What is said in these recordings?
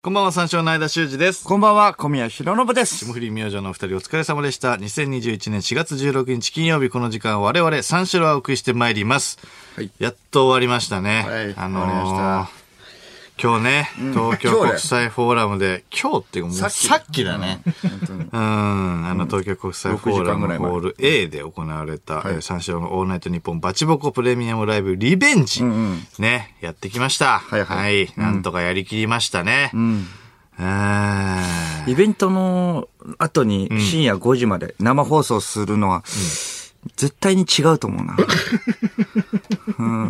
こんばんは、三章の間修二です。こんばんは、小宮浩信で霜す。降り明星のお二人お疲れ様でした。2021年4月16日金曜日この時間我々三章をお送りしてまいります。はいやっと終わりましたね。はいー終わりま今日ね、東京今日ね国際フォーラムで、今日っていうかもうさっきさっきだね。本当に。うん、あの東京国際フォーラム6時間ぐらい前ホール A で行われた、いえー三四郎のオールナイトニッポンバチボコプレミアムライブリベンジ、んうんね、やってきました。はいはいなんとかやりきりましたね。うん。イベントの後に深夜5時まで生放送するのは、絶対に違うと思うな。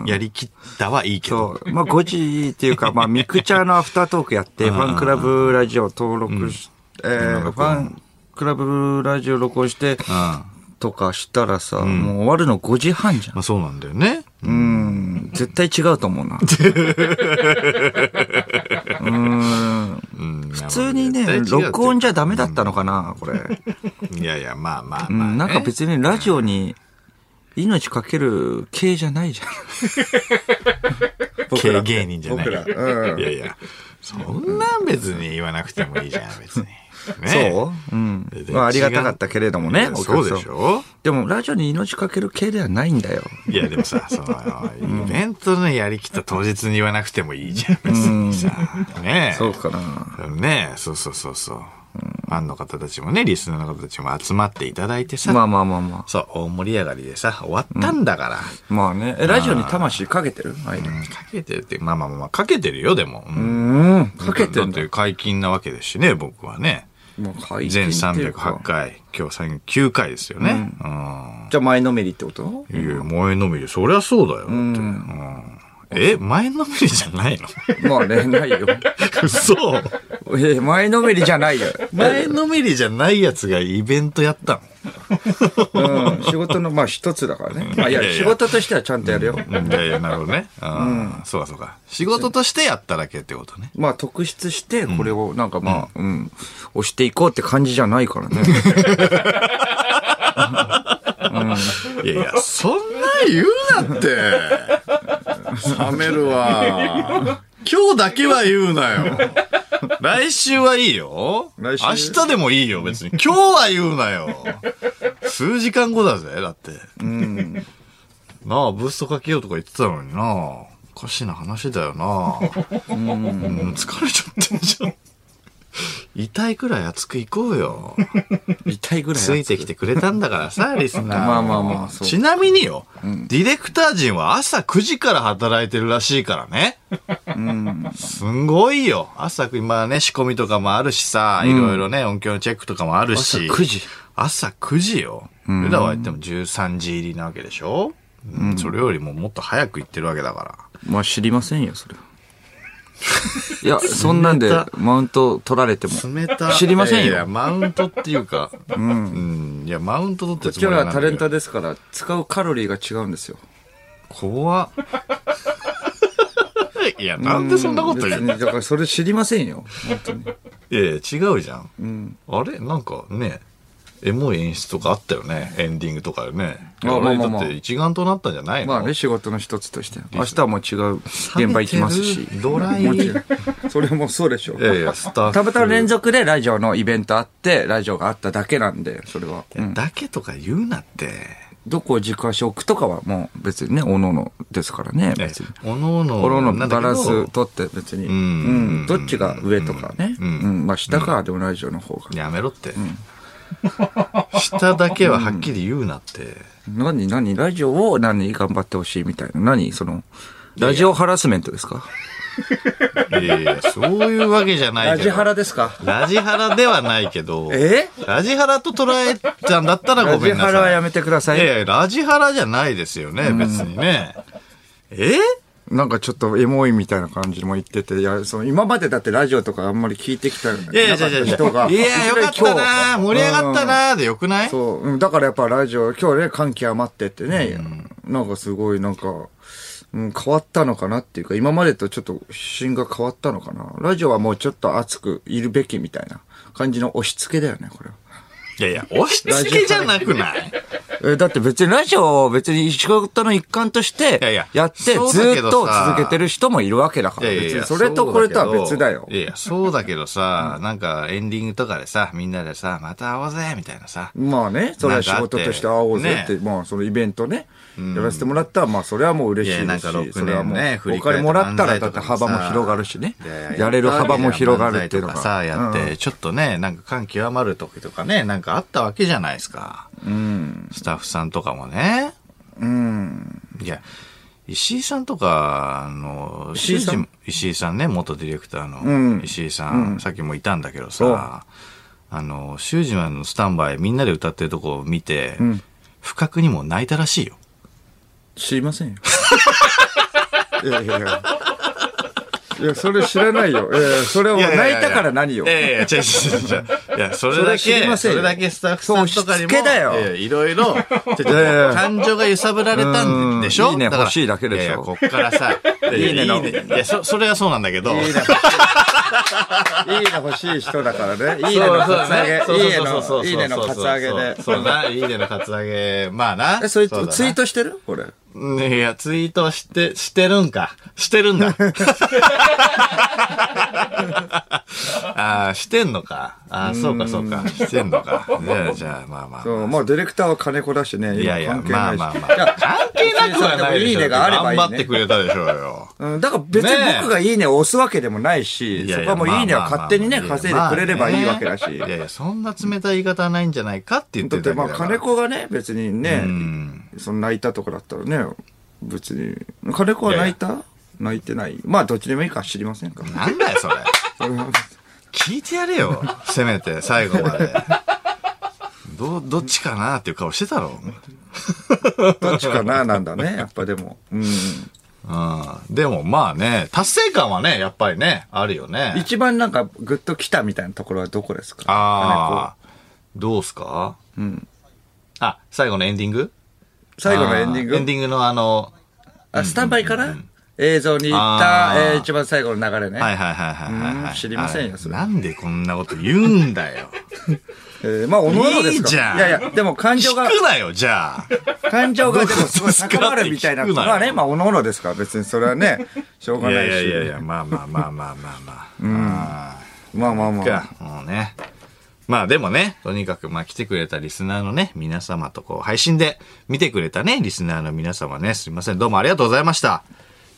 やりきったはいいけど。 そう。まあ5時っていうか、まあミクチャーのアフタートークやって、ファンクラブラジオ登録し、えーファンクラブラジオ録音して、とかしたらさ、もう終わるの5時半じゃんま。あそうなんだよね。うん。絶対違うと思うな。うーん。普通に絶対違うねっ、ていうか録音じゃダメだったのかな、これ。いやいや、まあまあうまあ、ねん、なんか別にラジオに命かける系じゃないじゃん。僕軽ら芸人じゃない。僕らうんいやいや、そんなん別に言わなくてもいいじゃん、別に。ねそううん全。然まあありがたかったけれどもいねや。おそ客さうんでしょでもラジオに命かける系ではないんだよ。いや、でもさ、その、イベントのやりきった当日に言わなくてもいいじゃん、別にさ。ねえ。そうかな。ねえ、そうそうそうそう。ファンの方たちもね、リスナーの方たちも集まっていただいてさ、まあまあまあまそう、大盛り上がりでさ、終わったんだから。あ。まあね。え、ラジオに魂かけてるあいうんかけてるって、まあまあまあまあ、かけてるよ、でも。ううんん。かけてだんっだて。解禁なわけですしね、僕はね。もう解禁全っていうか308回、今日9回ですよね。うんじゃあ前のめりってこといや、前のめり、そりゃそうだよ。だってうんえ、前のめりじゃないの まあね、ないよ。嘘え、前のめりじゃないよ。前のめりじゃないやつがイベントやったうん。仕事の、まあ一つだからね。まあいやいやい、や仕事としてはちゃんとやるよ。のいやいや、なるほどね。うん。そうかそうか。仕事としてやっただけってことね。まあ特筆して、これをなんかまあ、うん、押していこうって感じじゃないから ね。いやいや、そんな言うなって。冷めるわ。今日だけは言うなよ。来週はいいよ。明来週日でもいいよ、別に。今日は言うなよ。数時間後だぜ、だって。うん。なあ、ブーストかけようとか言ってたのになおかしいな話だよなうん、疲れちゃってんじゃん。痛いくらい熱く行こうよ。痛いぐらい。ついてきてくれたんだから さ、リスナー。まあまあまあそうちなみによ、ディレクター陣は朝9時から働いてるらしいからね。すんごいよ。朝、今ね、仕込みとかもあるしさ、いろいろね、音響のチェックとかもあるし。朝9時。朝9時よ。普段は言っても13時入りなわけでしょ、うん、それよりももっと早く行ってるわけだかまあ知りませんよ、 それは。いや、そんなんで冷た、マウント取られても。ら。冷た知りませんよいやいやマウントっていうか、うん、いや、マウント取ってるつも今りは日はないタレントで。ですから、使うカロリーが違うんですよ。怖っ いや、なんでそんなこと言う別にだからそれ知りませんよ。本当に。いやいや、違うじゃん。あれなんかね、エモい演出とかあったよね。エンディングとかよね。まあまあまあまあれだって一丸となったんじゃないの、まあね、仕事の一つとして。明日はもう違う現場行きますし。ドライもちろん それもそうでしょい。やいや、スタッフ。たまたま連続でラジオのイベントあって、ラジオがあっただけなんで、それは。うんだけとか言うなって。どこを軸足置くとかはもう別にね、おののですからね、別に。おのおの。おののなんだけどバランス取って別に。うんん。どっちが上とかね。うん。まあ下か、でもラジオの方が。やめろって。下だけははっきり言うなって。何、何、ラジオを何頑張ってほしいみたいな。何、その、ラジオハラスメントですかいやいや、そういうわけじゃないけど。ラジハラですかラジハラではないけど。えラジハラと捉えたんだったらごめラジんなさい。ハラはやめてくださいい。やいや、ラジハラじゃないですよね、別にね。えなんかちょっとエモいみたいな感じも言ってて、いや、その今までだってラジオとかあんまり聞いてきたいやいや、いやいや、いや、人が。よかったな今日盛り上がったうんなでよくないそう、うんだからやっぱラジオ、今日ね、感極まってってね、なんかすごいなんか、うん、変わったのかなっていうか、今までとちょっと芯が変わったのかな。ラジオはもうちょっと熱くいるべきみたいな感じの押し付けだよね、これは。いやいや、押し付けじゃなくないえだって別にラジオを別に仕事の一環としいやいてや、やってずそうだけーっどとさ続けてる人もいるわけだから。別にそれとこれとは別だよい。やいや、そうだけどさ、なんかエンディングとかでさ、みんなでさ、また会おうぜ、みたいなさ。まあね、それは仕事として会おうぜって、なんまあそのイベントね、やらせてもらったら、まあそれはもう嬉しいいやなでんかす六年し、それはもうね、振おり返っ金てもらったら漫才だっとてかも幅もさ広がるしねいやい、ややれる幅も広がるっていうの漫才とかが。さ、やって、ちょっとね、なんか感極まる時とかね、なんかあったわけじゃないですか。スタッフさんとかもね。いや、石井さんとか、あの、石井さん主人石井さんね、元ディレクターの、うん石井さん、さっきもいたんだけどさ、あの、修二マンのスタンバイ、みんなで歌ってるとこを見て、ん不覚にも泣いたらしいよ。知りませんよ。 いやいやいや。いや、それ知らないよ。えーそれはもう泣いたから何よい。やいやいや、違う違う違う違う。いや、それだそれは知りけ、ませんそよれだけスタッフさんとかにも、そうしつけだよいやいやいろいろ、ちょちょいやいや感情が揺さぶられたんでしうょんいいねだから欲しいだけでしょいやいや、こっからさ、 いいねのいいいや、そ、それはそうなんだけど、いいね。いいね欲しい人だからね。いいね のそうカそうツアゲ。そういいねそうそうそうの、いいねのカツアゲで。そうな、いいねのカツアゲ。まあな。え、それツうだなイートしてるこれ。うんいや、ツイートして、してるんか。してるん だ。ああ、してんのか。ああ、そうかそうか。してんのか。じゃあ、じゃあ、まあまあ。そう、まあディレクターは金子だしね。いやいや、関係まなあいしまあまあ。関係なくはないでしょ。いいねがあればいいね頑張ってくれたでしょうよ。うん、だから別ねにえ僕がいいねを押すわけでもないし、いやいやそこはもういいねを勝手にね、まあまあ稼いでくれればいいわけだし。いやいや、そんな冷たい言い方はないんじゃないかって言ってだるっだてけだまあから金子がね、別にねん、その泣いたとこだったらね、別に。金子は泣いた泣いてない。まあどっちでもいいか知りませんか。なんだよ、それ。聞いてやれよ。せめて、最後まで。ど、どっちかなっていう顔してたろ。どっちかな、なんだね、やっぱでも。うん。うん。でも、まあね、達成感はね、やっぱりね、あるよね。 一番なんかグッと来たみたいなところはどこですかああ、どうすかんあ、最後のエンディング最後のエンディングあエンディングのあの、あ、スタンバイから映像に行ったあ、ーえー一番最後の流れね。はいはいはいはいはいはうい。ん知りませんよあれそれなんでこんなこと言うんだ よ。えーまあ、おのおのですからいいじゃんいやいや、でも感情聞が、くなよ、じゃ あ。感情がでもすごい高まるみたいなどうですかって聞くなよまあね、まあ、おのおのですから、別にそれはね、しょういがなやいいし。やいやいや、まあまあまあまあまあまあ。うん。まあまあまあ。か、もうね。まあでもね、とにかくまあ来てくれたリスナーのね、皆様とこう配信で見てくれたね、リスナーの皆様ね、すいません、どうもありがとうございました。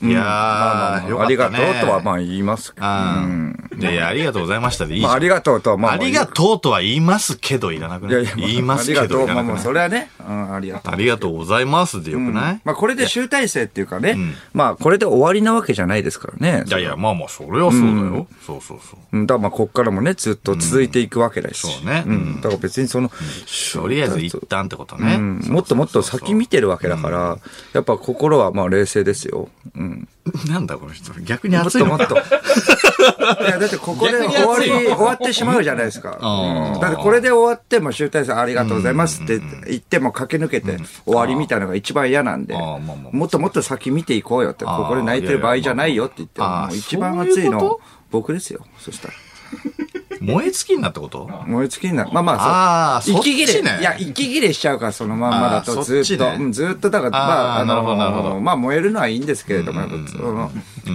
いやー、まあまよあまあかあっりたがとね。うとはまあ言いますけど。あうんーいやいや、ありがとうございましたでいいじゃまあ、ん。ありがとうとはまあありがとうとは言いますけど、いらなくいなやいいや、言いますけど、ありがとう。いらまなあくまあ、ないそれはね、うん、ありがとうあ。りがとうございますでよくないまあ、これで集大成っていうかね、まあ、これで終わりなわけじゃないですからね。いやいや、まあまあ、それはそうだよ。そうそうそう。うんだからまあこっからもね、ずっと続いていくわけだし。うんそうねんだから別にその、とりあえず一旦ってことね。うんもっともっと先見てるわけだから、やっぱ心はまあ冷静ですよ。うん。なんだこの人。逆にもっ熱いとのもっと。 いや、だってここで逆に終わ熱いり、終わってしまうじゃないですか。あーうんだってこれで終わっても集大成ありがとうございますって言っても駆け抜けて終わりみたいなのが一番嫌なんで、あーあーまあまあもっともっと先見ていこうよって、あーここで泣いてる場合じゃないよって言って、いやいやまあもう一番あー熱いそういうこの僕ですよ。そしたら。燃え尽きんなってこと燃え尽きになる。まあまああ、ーそう。息切そっれ。ちねいや、息切れしちゃうから、そのまんまだあと。ーずそっっちと、ねうんずっとだから、あーまあ、なるほどなるほどまあ、燃えるのはいいんですけれども、やっぱその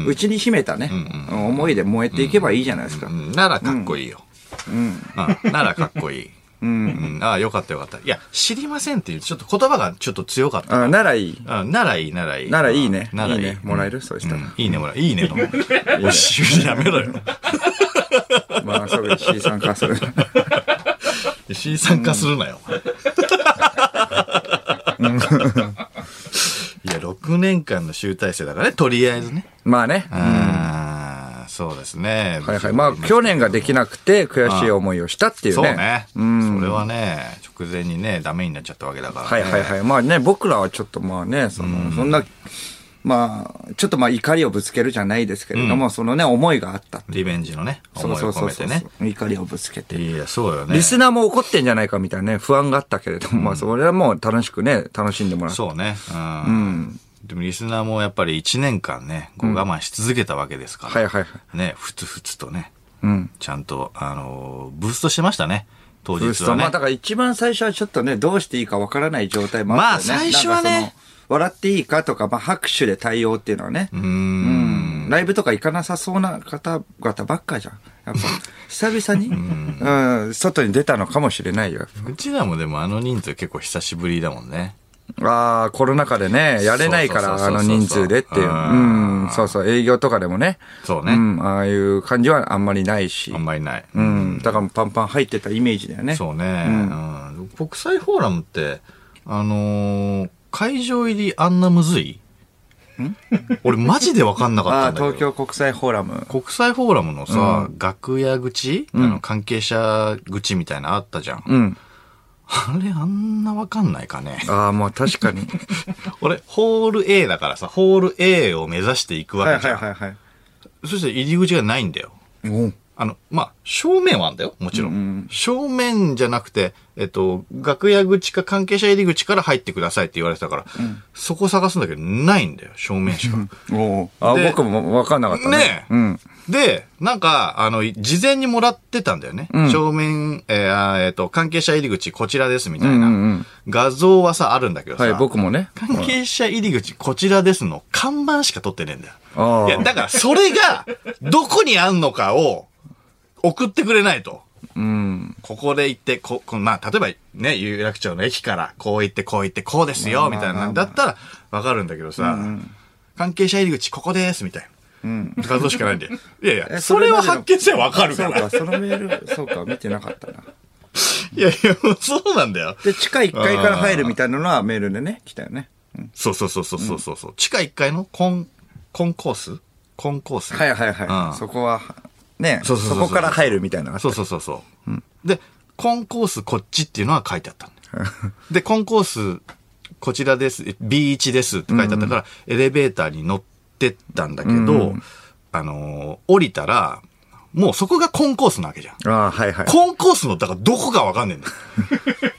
うちに秘めたね、思いで燃えていけばいいじゃないですかう。んならかっこいいよ。うん。ならかっこいい。うん。ああ、よかったよかった。いや、知りませんっていう、ちょっと言葉がちょっと強かった。あならいい。うんならいい、ならいい。ならいいね。ならいいいい。ね。もらえるそうしたら。いいね、もらえるいいねの。おしやめろよ。まあ、そう、石井さんか らそれ。石井さん化するなよ。いや、6年間の集大成だからね、とりあえずね。まあね。ああ、そうですね。はいはい。まあ、去年ができなくて悔しい思いをしたっていうそうね。ね。それはね、直前にね、ダメになっちゃったわけだからね。はいはいはい。まあね、僕らはちょっとまあね、その、そんな、まあ、ちょっとまあ怒りをぶつけるじゃないですけれども、そのね、思いがあった。リベンジのね、そ思ういそをうそ込うめそてう、ね。怒りをぶつけて。いや、そうよね。リスナーも怒ってんじゃないかみたいなね、不安があったけれども、まあそれはもう楽しくね、楽しんでもらって。そうね。うん。でもリスナーもやっぱり1年間ね、こう我慢し続けたわけですから。はいはいはい。ね、ふつふつとね。うん。ちゃんと、あのーブーストしてましたね。当ブー日ストはねまあだ。から一番最初はちょっとね、どうしていいかわからない状態もあったよね。まあ最初はねなんかその。笑っていいかとか、まあ拍手で対応っていうのはね。うーん。ライブとか行かなさそうな方々ばっかじゃん。やっぱ、久 々に、うん、外に出たのかもしれないよ。うちらもでもあの人数結構久しぶりだもんね。ああ、コロナ禍でね、やれないそかうら、そうあそうそうの人数でっていう。ううんん、そうそう、営業とかでもね。そうねん、ああいう感じはあんまりないしあ。んまりない。うん、だからパンパン入ってたイメージだよね。そうね、うん国際フォーラムって、あのー会場入りあんなむずい俺マジでわかんなかあったあ、んだけど。東京国際フォーラム。国際フォーラムのさ、楽屋口、あの関係者口みたいなのあったじゃん。うん。あれあんなわかんないかね。 ああ、もう確かに。俺、ホール A だからさ、ホール A を目指していくわ はいけじはゃん。いはいはい。そして入り口がないんだよ。おうあの、まあ、正面はあんだよ、もちろん。うん正面じゃなくて、えっと、楽屋口か関係者入り口から入ってくださいって言われてたから、そこ探すんだけど、ないんだよ、正面しか。おうあで僕もわかんなかったね。ねえうん。で、なんか、あの、事前にもらってたんだよね。うん正面、えーあーえっと、関係者入り口こちらですみたいな。うんうんうん画像はさ、あるんだけどさ、はい、僕もね。関係者入り口こちらですの看板しか撮ってねえんだよ。ああいや、だからそれが、どこにあんのかを送ってくれないと。うん。ここで行って、こ、こまあ、例えばね、有楽町の駅から、こう行って、こう行って、こうですよ、みたいな、だったら、わかるんだけどさ、関係者入り口、ここです、みたいうん。な。画像しかないんで。いやいや、えそれは発見せばわかるかそうら。か、そのメール、そうか、見てなかったな。いやいや、もうそうなんだよ。で、地下1階から入るみたいなのはメールでね、来たよね。うんそうそうそうそうそうそう。う地下1階のコン、コンコースコンコースはいはいうんはい。そこは、ね、そそうそうそうそうこから入るみたいなのがあったそうそうそうそう。で、コンコースこっちっていうのは書いてあったんだ よで、コンコースこちらです、B1 ですって書いてあったから、エレベーターに乗ってったんだけど、あのー降りたら、もうそこがコンコースなわけじゃん。ああ、はいはい。コンコースの、だからどこかわかんねえんだ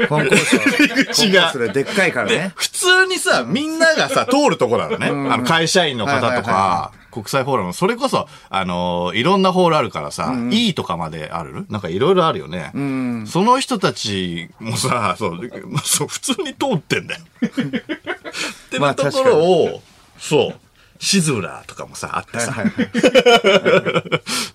よ。コンコースは 口がコンコースででっかいからで ね、。普通にさ、みんながさ、通るとこなのね。あの、会社員の方はいはいとはいはか、国際フォーラム、それこそ、あのーいろんなホールあるからさ、E とかまであるなんかいろいろあるよね。うん。その人たちもさ、 そう、そう普通に通って んだよ。ってまあところを、そう、シズラーとかもさ、あってはいさ、はいはい。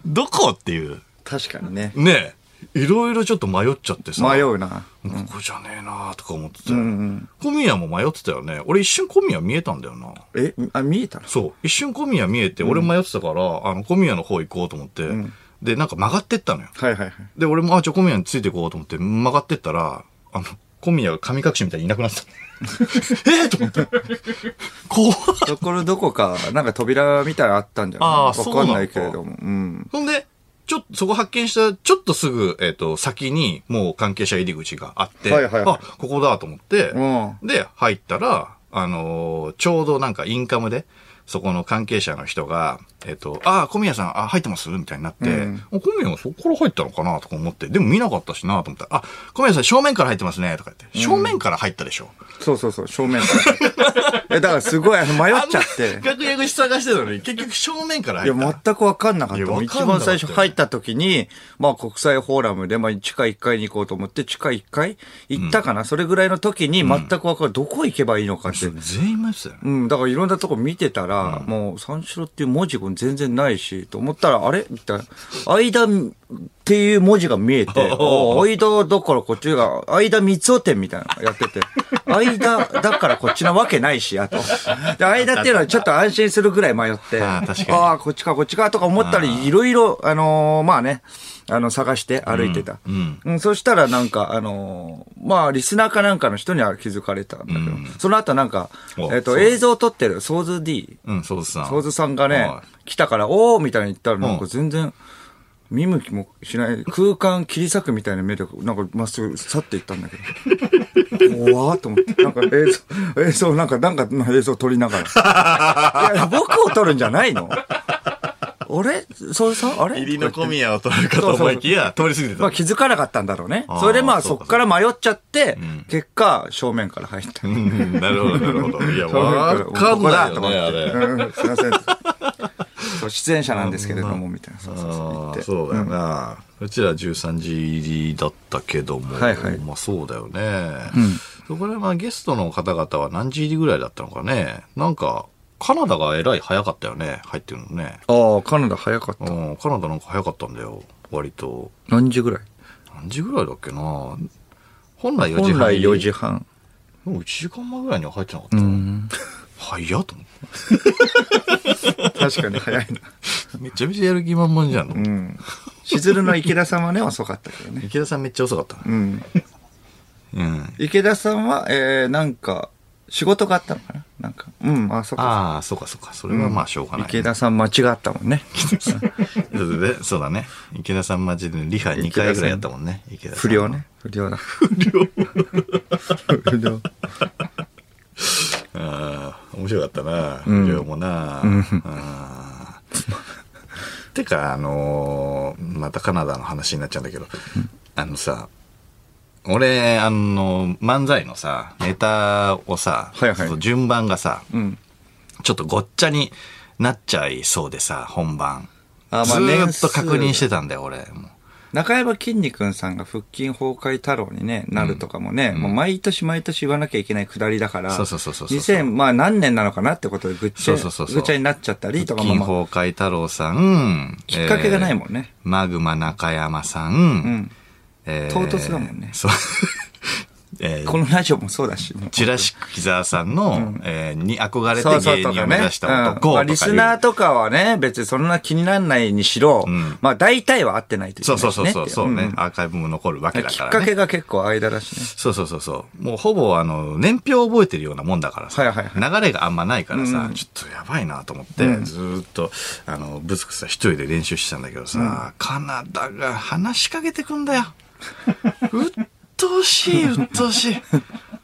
どこっていう、確かにね。ねえ、いろいろちょっと迷っちゃってさ、迷こうな。こじゃねえなとか思ってたよ。うんうん小宮も迷ってたよね。俺一瞬小宮見えたんだよな。え、あ、見えたのそう、一瞬小宮見えて、俺迷ってたから、あの、小宮の方行こうと思って、で、なんか曲がってったのよ。はいはいはい。で、俺も、あ、じゃあ小宮についていこうと思って曲がってったら、あの、小宮が神隠しみたいにいなくなってた。 えーと思って。怖っところどこか、なんか扉みたいなのあったんじゃないああわそうなのかんかないけれども。うん。ほんで、ちょっと、そこ発見した、ちょっとすぐ、えっ、と、先に、もう関係者入り口があって、はいはいはいあ、ここだと思って、うん。で、入ったら、あのーちょうどなんかインカムで、そこの関係者の人が、えっ、と、ああ、小宮さん、あ、入ってますみたいになって、うんお小宮はそこから入ったのかなとか思って、でも見なかったしなと思ったら、あ、小宮さん正面から入ってますねとか言って、正面から入ったでしょ。そうそうそう、正面から。 え、だからすごいあの迷っちゃって。 楽屋口探してたのに、結局正面からい入や、った。全くわかんなかっいやた。わかんなかった一番最初入った時に、まあ国際フォーラムで、まあ地下1階に行こうと思って、地下1階行ったかな、それぐらいの時に全くわかんない。どこ行けばいいのかって。う全員迷ってたよね。ん、だからいろんなとこ見てたら、もう三四郎っていう文字が全然ないし、と思ったら、あれみたいな。間っていう文字が見えて、 あ間だからこっちが、間三つお店みたいなのやってて、間だからこっちなわけないし、あと。で、間っていうのはちょっと安心するぐらい迷って、あー確かにああ、こっちか、こっちか、とか思ったり、いろいろ、あのーまあね、あの、探して歩いてた。うんうんそしたらなんか、あのーまあ、リスナーかなんかの人には気づかれたんだけど、その後なんか、えっお、と、映像を撮ってる、ソーズ D、うん、そうですな。ソーズさんがねは、来たから、おーみたいに言ったら、なんうかん全然、見向きもしない、空間切り裂くみたいな目で、なんかまっすぐ去っていったんだけど。 怖ーと思って。なんか映像、映像、なんか、なんかの映像撮りなが ら。いや、僕を撮るんじゃないのあれソーズさんあれ入りの小宮を取るかと思いきや、通り過ぎてた。まあ気づかなかったんだろうねあー。それでまあそうそかっから迷っちゃって、結果正面から入った。うんなるほど、なるほど。いや、正面わらかんないよここね、だあれ。と思ってうんすいません。そう出演者なんですけれども、みたいな。そうそうそう言あっーて。そうだよな、うちら13時入りだったけども、はいはいまあそうだよね、そこでまあゲストの方々は何時入りぐらいだったのかねなんかカナダがえらい早かったよね入ってるのねああ、カナダ早かった。うんカナダなんか早かったんだよ割と何時ぐらい何時ぐらいだっけな本来4時半入本来り4時半。もう1時間前ぐらいには入ってなかった、早っと思って確かに早いな。めちゃめちゃやる気満々じゃん、うん。しずるの池田さんはね、遅かったけどね。池田さんめっちゃ遅かったねうん。うん池田さんは、えー、なんか、仕事があったのかななんか。うん、あ、そっか。ああそうかそうかそれはまあしょうがない、池田さん間違ったもんね。そうだね そうだね。池田さんマジでリハ2回ぐらいやったもんね。池田さん不良ね。不良だ。不良。不良。ああ、面白かったな。うん不良もな。あーてか、あのーまたカナダの話になっちゃうんだけど、あのさ、俺、あの、漫才のさ、ネタをさ、はいはいその順番がさ、うん。ちょっとごっちゃになっちゃいそうでさ、本番。あずまあー年っ数と確認してたんだよ、俺。もう中山きんに君さんが腹筋崩壊太郎に、ね、なるとかもね、もう毎年毎年言わなきゃいけないくだりだから、そうそうそうそうそう2000、まあ何年なのかなってことでぐっちゃ、そうそうそうそうぐっちゃになっちゃったりとかも、金まあ崩壊太郎さん、きっかけがないんもんね。マグマ中山さん、うん。え唐突だもんねそう。 えーこのラジオもそうだし、もうジュラシック木沢さんの、えーに憧れそうてそう芸と人をかね目指した男とかうんまあいうリスナーとかはね、別にそんな気にならないにしろ、んまあ大体は合ってないといそけなういしそねうそうそうそうね、っていアーカイブも残るわけうんだきっから、ね。かけが結構間だしね。そうそうそうそう。もうほぼあの、年表を覚えてるようなもんだからさ、はいはいは流れがあんまないからさ、ちょっとやばいなと思って、ずーっと、あの、ブツクさ一人で練習してたんだけどさ、カナダが話しかけてくんだよ。 うっとうしい、うっとうしい。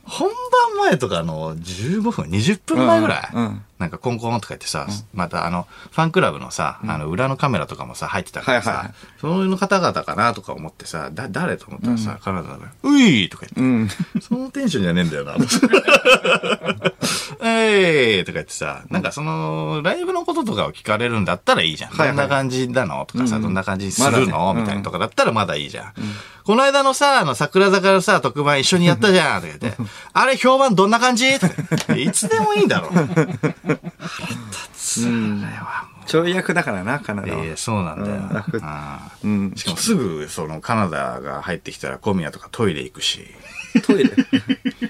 本番前とかの15分、20分前ぐらい、うんうんなんかコンコンとか言ってさ、またあの、ファンクラブのさ、あの、裏のカメラとかもさ、入ってたからさ、はいはいはいそういうの方々かなとか思ってさ、だ、誰と思ったらさ、カナダの、ういーとか言って、うん。そのテンションじゃねえんだよな。えいとか言ってさ、なんかその、ライブのこととかを聞かれるんだったらいいじゃん。はいはいどんな感じなのとかさ、どんな感じにすまだるねの、うんみたいなとかだったらまだいいじゃん。この間のさ、あの、桜坂のさ、特番一緒にやったじゃんとか言って、あれ評判どんな感じとか言っていつでもいいんだろう。腹立つ。あれはもうちょい役だからな、カナダは。ええそうなんだよ。うん楽ああうんしかもすぐ、その、カナダが入ってきたら小宮とかトイレ行くし。ト イレ。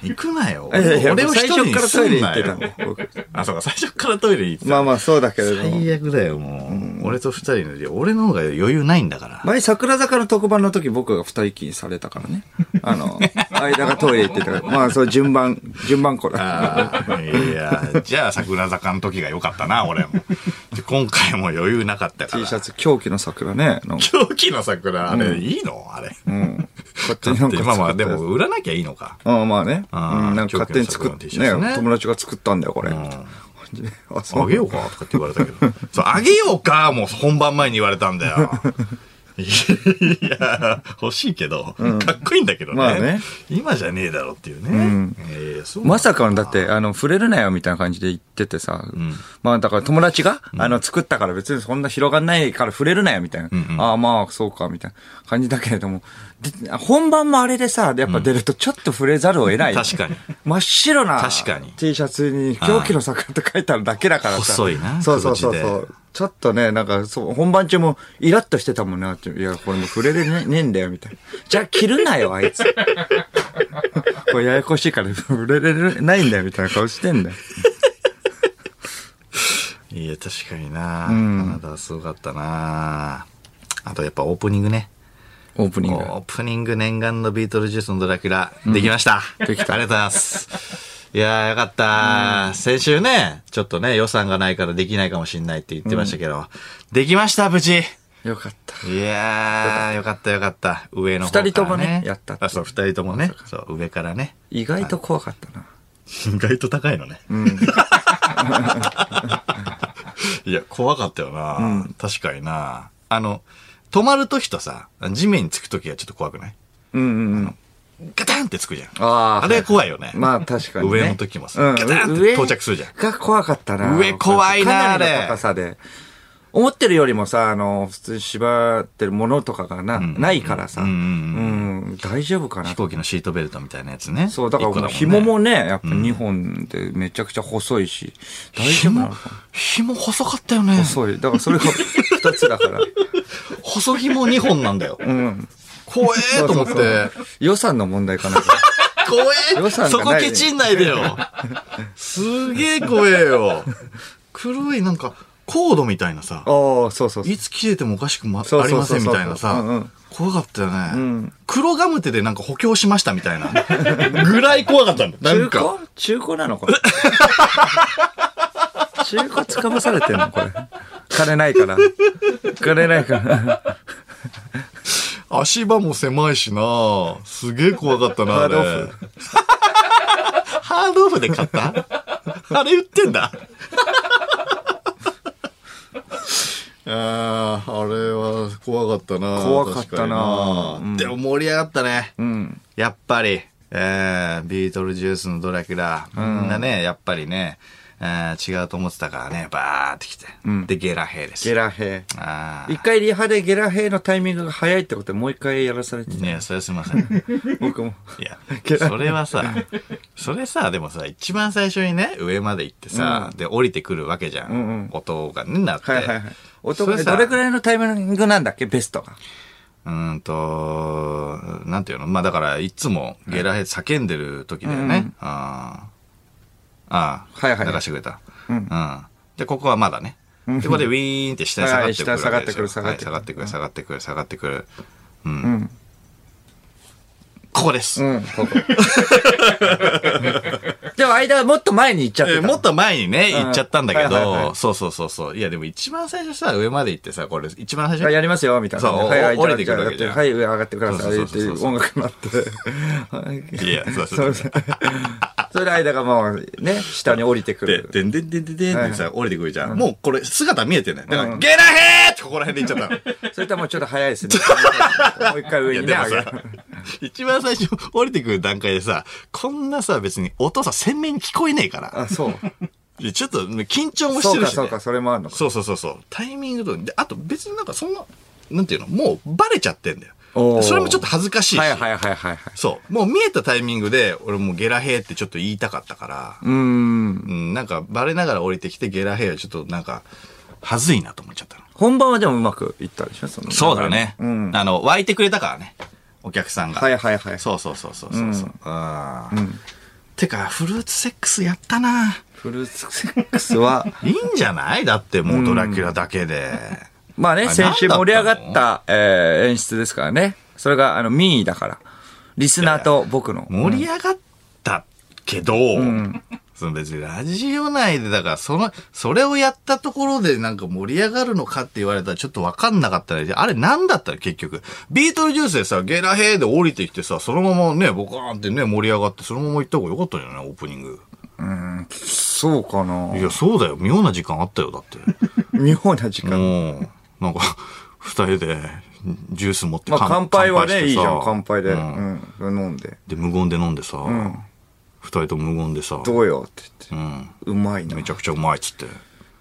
行くなよ。 いやいや俺を一人最初にからすトイレん行っなてよたの。僕あ、そうか、最初からトイレ行ってた。まあまあそうだけれども。最悪だよ、もう。俺と二人の、いや俺の方が余裕ないんだから。前、桜坂の特番の時僕が二人きりにされた からね。あの、間がトイレ行ってたから。まあ、そう、順番、順番こだ。ああいや、じゃあ桜坂の時が良かったな、俺も。で今回も余裕なかったから。 T シャツ、狂気の桜ね。なんか狂気の桜、あれ、いいのあれ。うん。勝手にだなっんかて作ったやつまあまあ、でも、売らなきゃいいのか。ああまあね。あーうん、なんか勝手に作っ狂気の桜の T て、シャツねね、友達が作ったんだよ、これ。ん あ、そあう。げようかとかって言われたけど。そう、あげようかもう本番前に言われたんだよ。いや、欲しいけど、かっこいいんだけどね。まあね今じゃねえだろっていうね。えーそうなんだまさかの、だって、あの、触れるなよ、みたいな感じで言っててさ。まあ、だから友達が、あの、作ったから別にそんな広がんないから触れるなよ、みたいな。ああ、まあ、そうか、みたいな感じだけれども。で本番もあれでさ、やっぱ出るとちょっと触れざるを得ない。確かに。真っ白な確かに T シャツに狂気の桜って書いてあるだけだからさ。細いなそうそうそう黒そう。ちょっとね、なんか、そう、本番中もイラッとしてたもんな、っていや、これもう触れれねねえんだよ、みたいな。じゃあ着るなよ、あいつ。 これややこしいから触れれないんだよ、みたいな顔してんだよ。いや、確かにな。カナダはすごかったな。あとやっぱオープニングね。オープニング。オープニング念願のビートルジュースのドラキュラ、できました。できたありがとうございます。いやーよかった、先週ね、ちょっとね、予算がないからできないかもしんないって言ってましたけど、できました、無事よかった。いやー、よかったよかった。上の方から、ね。二人ともねやったってあ、そう、二人ともね。そう、上からね。意外と怖かったな。意外と高いのね。 いや、怖かったよな、確かにな。あの、止まるときとさ、地面につくときはちょっと怖くないうんうんうん。ガタンってつくじゃん。あーあれ怖いよね。まあ確かに、ね。上の時もさガタンって到着するじゃん上が怖かったな。上怖いなかなりのあれ高さで。思ってるよりもさ、あの、普通に縛ってるものとかがな、んないからさ、ううんうん大丈夫かな飛行機のシートベルトみたいなやつね。そう、だから一個このんね紐もね、やっぱ2本でめちゃくちゃ細いし、大丈夫なの紐かな、紐細かったよね。細い。だからそれが2つだから。細紐2本なんだよ。うん。怖えと思って。そうそうそう予算の問題かな。 怖予え算そがこないケチんないでよ。すげえ怖えよ。黒いなんか、コードみたいなさ、ああ、そうそうそう。いつ切れてもおかしくまそうありそうまそせうんそみうたいなうんうさん、怖かったようね。ん。黒ガムテでなんか補強しましたみたいな。 ぐらい怖かったの。な中んか。古中古なの これ。中古つかまされてんのこれ。金ないから。金ないから。足場も狭いしなすげえ怖かったなあれハードオ ハードオフで買ったあれ売ってんだ。 ああ、あれは怖かったな怖かったな確かにうんでも盛り上がったね。うん。やっぱり、えー、ビートルジュースのドラキュラ、みんなね、やっぱりね、えー違うと思ってたからね、バーってきて。んで、ゲラ兵です。ゲラ兵。ああ。一回リハでゲラ兵のタイミングが早いってことでもう一回やらされて、ねそれはすいませ ん。僕も。いやけ、どそれはさ、それさ、でもさ、一番最初にね、上まで行ってさ、で、降りてくるわけじゃん。うんうん音がね、なって。はいはいはい。そ男れでさどれくらいのタイミングなんだっけベストが。うーんと、なんていうのまあだから、いつもゲラヘ叫んでる時だよね。うんうんああ。ああ。はいはい流してくれた。うんうん。で、ここはまだね。で、ここでウィーンって下に下がってくるわけですよ。はいはい下に下がってくる下がってくるはい下がってくる、下がってくる、下がってくる。うん。ここです。うん、ここ。 でも間はもっと前に行っちゃってえた。ーもっと前にね、うん行っちゃったんだけはいはいはど、そうそうそうそう。いや、でも一番最初さ、上まで行ってさ、これ、一番最初あやりますよ、みたいな。そうはい、はい、降りてくるじゃあわけじゃんはい、上上がってください。そっうてそうそうそう音楽になっ て。いやそうそう そう。それの間がもう、ね、下に降りてくで、る。でんでんでんでんでんってさ、降りてくるじゃん。もうこれ、姿見えてんだよ。だから、うんゲラヘーってここら辺で行っちゃったの。それとはもうちょっと早いですね。 もう一回い上や、にでね、も上げさる。、 一番最初、降りてくる段階でさ、こんなさ、別に音さ、鮮明に聞こえねえから。あ、そう。でちょっと、緊張もしそてうるか、し、ね。そうか、それもあるのか。そうそうそうそう。タイミングと、で、あと別になんかそんな、なんていうの、もうバレちゃってんだよ。おーそれもちょっと恥ずかしいし。はいはいはいはいはい。そう。もう見えたタイミングで、俺もうゲラヘーってちょっと言いたかったから、うーん。うん、なんかバレながら降りてきてゲラヘーはちょっとなんか、はずいなと思っちゃったの。本番はでもうまくいったでしょ、その。そうだね。うん。あの、湧いてくれたからね。お客さんが。はいはいはい。そうそうそうそうそうそう。あーうんてか、フルーツセックスやったな。フルーツセックスは、 いいんじゃないだってもうドラキュラだけで。まあね、あ先週盛り上がなんっだた、えー演出ですからね。それが、あの、民意だから。リスナーと僕の。盛り上がったけど、その別にラジオ内で、だからその、それをやったところでなんか盛り上がるのかって言われたらちょっとわかんなかったね。あれなんだったら結局。ビートルジュースでさ、ゲラヘーで降りてきてさ、そのままね、ボカーンってね、盛り上がって、そのまま行った方が良かったんじゃないオープニング。そうかないや、そうだよ。妙な時間あったよ、だ って。妙な時間。うん。なんか、二人で、ジュース持ってまあ、乾乾杯は乾ね、していいさじゃん、乾杯で。ううんん。飲んで。で、無言で飲んでさ、ん二人とも無言でさ、どうよってう言って。ん。うまいなめ。ちゃくちゃうまいっつって。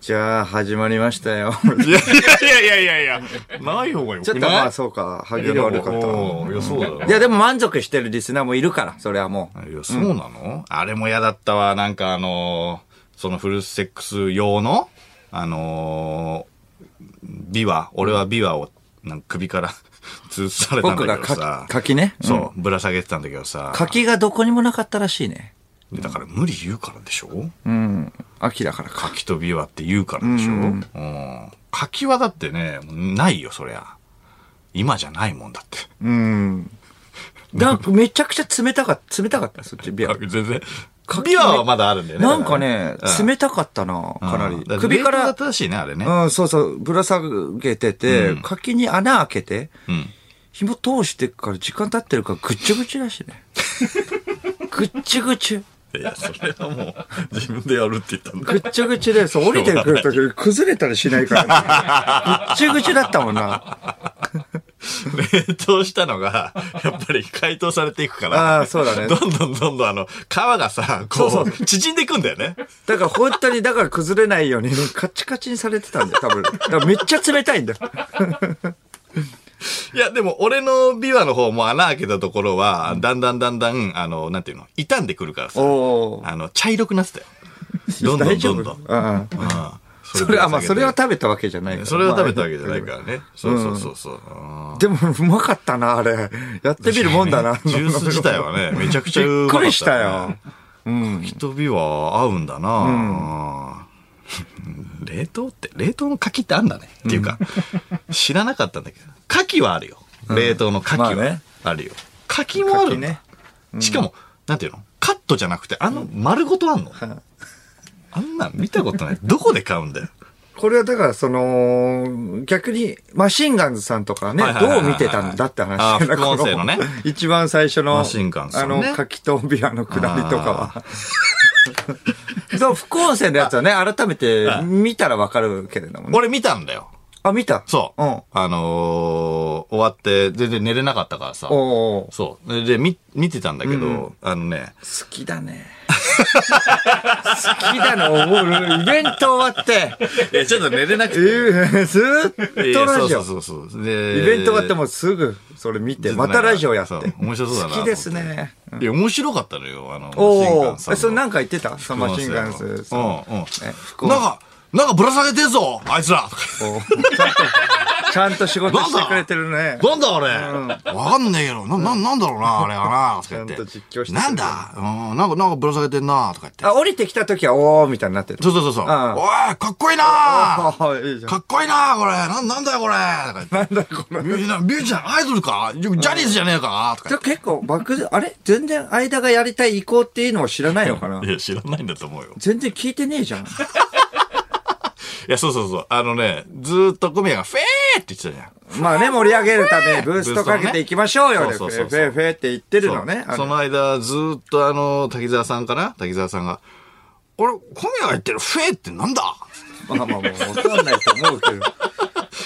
じゃあ、始まりましたよ。 いやいやいやいやいや、ない方がよちょっとまあ、そうか、歯切れ悪かったわ。いや、そうだよ。いや、でも満足してるリスナーもいるから、それはもう。いや、そうなの、あれも嫌だったわ。なんかあのーそのフルセックス用の、あのー、ビワ、俺はビワを、なんか首から 吊るされたん僕だがけどさ柿、。柿ね。そう、ぶら下げてたんだけどさ。柿がどこにもなかったらしいね。だから無理言うからでしょうん。秋だからか。柿とビワって言うからでしょ、ううんん柿はだってね、ないよ、そりゃ。今じゃないもんだって。うん。なんかめちゃくちゃ冷たかった、冷たかった、そっち、ビア。全然。ビワはまだあるんだよね。なんかねう、ん冷たかったな、かなり。首首か。から冷凍だらった、らしいね、あれね。うん、そうそう、ぶら下げてて、うん柿に穴開けて、うん。紐通してから時間経ってるからぐっちゅぐちゅだしね。 ぐっちゅぐちゅ。いや、それはもう、自分でやるって言ったんだぐっちゅぐちゅで、そう、降りてくるとき崩れたりしないから、ね。ぐっちゅぐちゅだったもんな。冷凍したの が、やっぱり解凍されていくかあら、あ、そうだね。どんどんどんどんあの、皮がさ、こう、そう縮んでいくんだよね。だから本当に、だから崩れないように、カチカチにされてたんだよ、多分。だからめっちゃ冷たいんだよ。いや、でも俺のビワの方も穴開けたところは、だんだんだんだん、あの、なんていうの、傷んでくるからさ、おーあの、茶色くなってたよ。どんどんどんどん。うんうん。それは、まあ、それは食べたわけじゃないからそれは食べたわけじゃないからね。そうそうそうそう。うんでも、うまかったな、あれ。やってみるもんだな。ジュース自体はね、めちゃくちゃびうっまかったくねりしたよ。。うん。人ビは合うんだな、冷凍って、冷凍の牡蠣ってあんだね。っていうか、知らなかったんだけど。牡蠣はあるよ。冷凍の牡まあ蠣はねあるよ。牡蠣もあるんだ牡蠣ねしかも、なんていうのカットじゃなくて、あの丸ごとあんの、あんなん見たことない。どこで買うんだよ。これはだから、その、逆に、マシンガンズさんとかねはい、はいはいはどいう見てたんだって話あーだよな副音声のねこ 一番最初の、マシンガンズさあんねの、柿とビアのくだりとかは。 そう、副音声のやつはね、改めて見たらわかるけれどもね。俺見たんだよ。あ、見たそう。うん。あのー終わって、全然寝れなかったからさ。おーそう。でで、み見てたんだけど、あのね、好きだね。好きだね、思う。イベント終わって、 いや、ちょっと寝れなくえーずーっとラジオ。そうそうそうそう。でイベント終わってもうすぐそれ見て、またラジオやってそう。面白そうだな好きですね。いや、面白かったのよ、あの、マシンおガおンさんの。それなんか言ってたそのマシンガンうん、うんズ。そのねうん。なんか、なんかぶら下げてんぞ、あいつ ら。おーちゃんとちゃんと仕事してくれてるね。なんだあれ、わかんねえけど、な、な、なんだろうな、あれはな、とか言って。ちゃんと実況してくれてるなんだうん、なんか、なんかぶら下げてんな、とか言って。あ、降りてきた時は、おーみたいになってる。そうそうそうそう。おい、かんっこいいなあーいいじゃんかっこいいなこれ。なん、なんだよこれ。とか言って。ミュージアムミュージアムアイドルかジャニーズじゃねえかとか言じゃっあ結構、漠然、あれ全然間がやりたい意向っていうのを知らないのかなて。いや、知らないんだと思うよ。全然聞いてねえじゃん。いや、そうそうそう。あのね、ずーっと小宮がフェーって言ってたじゃん。まあね、盛り上げるためにブーストかけていきましょうよ。ブーストフをねェフェフェって言ってるのね。そうあそのの間、ずーっとあの、滝沢さんかな滝沢さんが、俺、小宮が言ってるフェーってなんだまあまあもうわかんないと思う けど。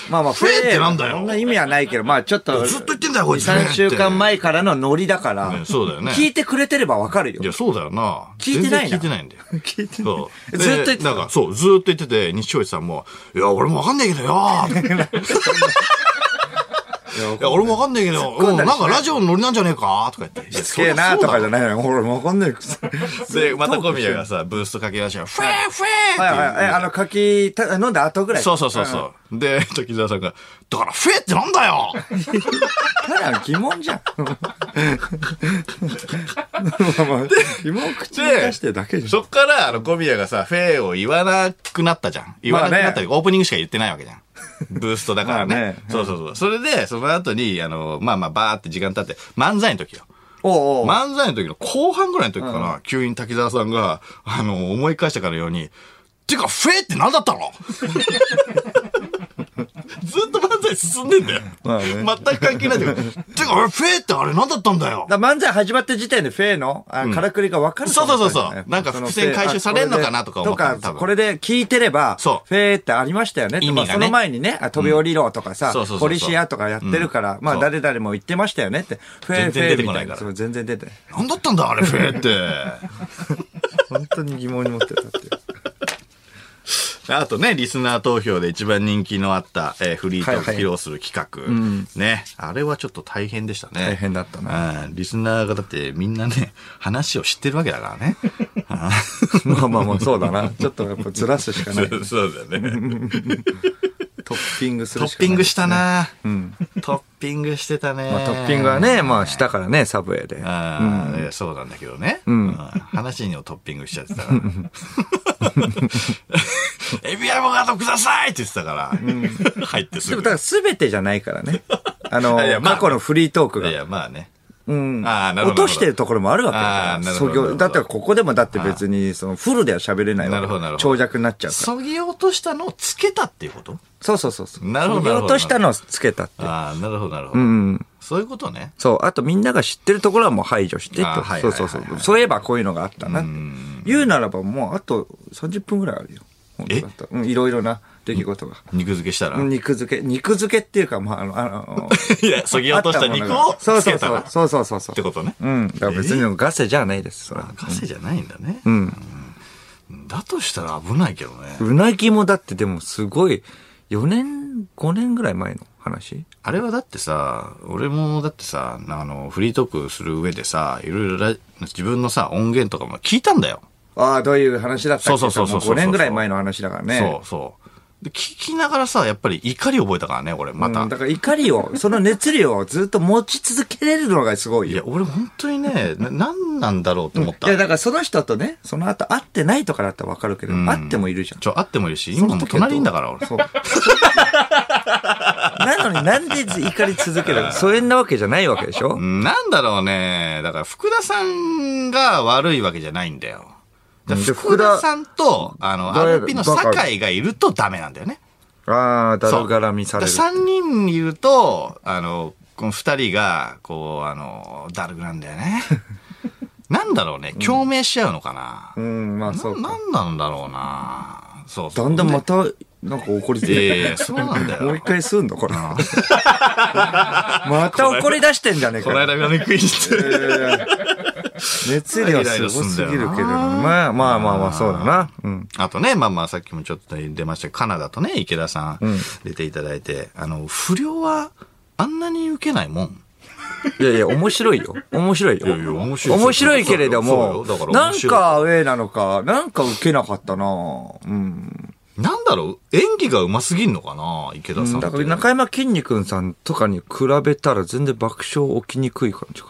まあまあ、フェってなんだよそんな意味はないけど、まあちょっと。ずっと言ってんだよこいつ2、3週間前からのノリだから。ねそうだよね聞いてくれてればわかるいよ。や、そうだよな。聞いてな全然いな聞いてないんだよ。聞いてないそう。 ずっと言っでてたなんか、そう、ずーっと言ってて、西堀さんも、いや、俺もわかんないけどよーいや、俺もわかんないけ ど、込うんん、だなりしないんかラジオのノリなんじゃねえかとか言って。 すげえなとかじゃなないのよ。俺もわかんないくせに。で、また小宮がさ、ブーストかけ出しが、フェーフェーって はい言うはい。え、あの、柿た飲んだ後ぐらい。そうそうそうそう。で、時沢さんが、だからフェーってなんだよただの疑 問じゃん。 まあまあ疑問を口に出してるだけじゃん。そっから、あの、小宮がさ、フェーを言わなくなったじゃん。言わなくなったり、オープニングしか言ってないわけじゃん。 ブーストだからね。まあねそうそうそう。それで、その後に、あの、まあまあ、バーって時間経って、漫才の時よ。おうおう漫才の時の後半ぐらいの時かな、急に滝沢さんが、あの、思い返したかのように、てか、フェーって何だったの ずっと漫才進んでんだよ。まあね全く関係ないんだけど、てか、あれフェーってあれ何だったんだよ。だから漫才始まった時点でフェイの、あからくりが分かると思ったんだよね、そうそうそうそうなんかその伏線回収されんのかなとか思ったあこれので多と分か、これで聞いてれば、そうフェイってありましたよね。意味がねまあその前にね、あ飛び降りろとかさ、そうそうそうそうポリシアとかやってるから、まあそう誰々も言ってましたよねって。フェイ全フ然ェ出イてみこたないいかな。らそう全然出てない。何だったんだ、あれフェーって。本当に疑問に持ってたって いう。あとね、リスナー投票で一番人気のあった、えーフリートーク披露する企画、ね。あれはちょっと大変でしたね。大変だったな。リスナーがだってみんなね、話を知ってるわけだから ね。 まあまあまあ、そうだな。ちょっとやっぱずらすしかない。トそうだね。ッピングすトるッしかない。ピングしたな、んトッピングしてたね、まあ。トッピングは。ね、まあしたからね、サブウェイで。あーそうなんだけどね、うん話にをトッピングしちゃってた から「エビアボカドください!」って言ってたから、入ってすでぐもだから全てじゃないか らね。あの、いやまあ過去のフリートークがい。やまあねうん。あーなるほ落どとしてるところもあるわけだあーかなるら。ほど創なる業。ほどだったらここでもだって別に、そのフルでは喋れないわなけるほどなるほど長尺になっちゃうから。そぎ落としたのをつけたっていうことそうそうそうそう。なるほどそぎ落としたのをつけたって。ああなるほどなるほど、うん。そういうことねそう。あとみんなが知ってるところはもう排除してあーとはい。そうそうそはいはいはう。いそういえばこういうのがあったなって。言うならばもうあと30分ぐらいあるよ。本当だったらうん、いろいろな出来事が。肉付けしたら。肉漬け、肉漬けっていうか、まあ、あの、あの、 いや、そぎ落とした肉をそうつそうけたそらう。そうそうそうそう。ってことね。うん。だから別にガセじゃないです、それは。ガセじゃないんだね。うん。だとしたら危ないけどね。うなぎもだってでもすごい、4年、5年ぐらい前の話あれはだってさ、俺もだってさ、あの、フリートークする上でさ、いろいろラ自分のさ、音源とかも聞いたんだよ。ああ、どういう話だっったけそうそうそうそうそう5年ぐらい前の話だからね。そうそう。で、聞きながらさ、やっぱり怒り覚えたからね、俺、また。うんだから怒りを、その熱量をずっと持ち続けれるのがすごいいよや、。俺本当にね、な、なんなんだろうと思っいた。や、だからその人とね、その後会ってないとかだったらわかるけど、ん会ってもいるじゃん。ちょ、あってもいるし、今も隣にんだから、俺。そう。 なのになんで怒り続けるの疎遠なわけじゃないわけでしょうんなんだろうね。だから、福田さんが悪いわけじゃないんだよ。だからで福福田田さんと、あの、誰 RP の酒井がいるとダメなんだよね。ああ、だそうるがらみされる。だから3人いると、あの、この2人が、こう、あの、だるくなんだよ ね。なんだろうね。共鳴しちゃうのかな。うん、まあそうなか。なんなんだろうな。そうそう。だんだんまた、なんか怒りいやいてやそうなん だよ。もう一回すんのこれ。 また怒り出してんじゃねえこかのよ。間裏目クイーンして。いやいやいや熱量すごすぎるけど。まあまあまあまあ、そうだな。うん。あとね、まあまあさっきもちょっと出ましたけどカナダとね、池田さん出ていただいて、あの、不良はあんなに受けないもん。いやいや、面白いよ。面白いよ。いやいや面白い面白いけれどもそうよだか、らな面ん白いかアウェイなのか、なんか受けなかったなうん。なんだろう演技が上手すぎんのかな池田さんって。だから中山きんに君さんとかに比べたら全然爆笑起きにくい感じか。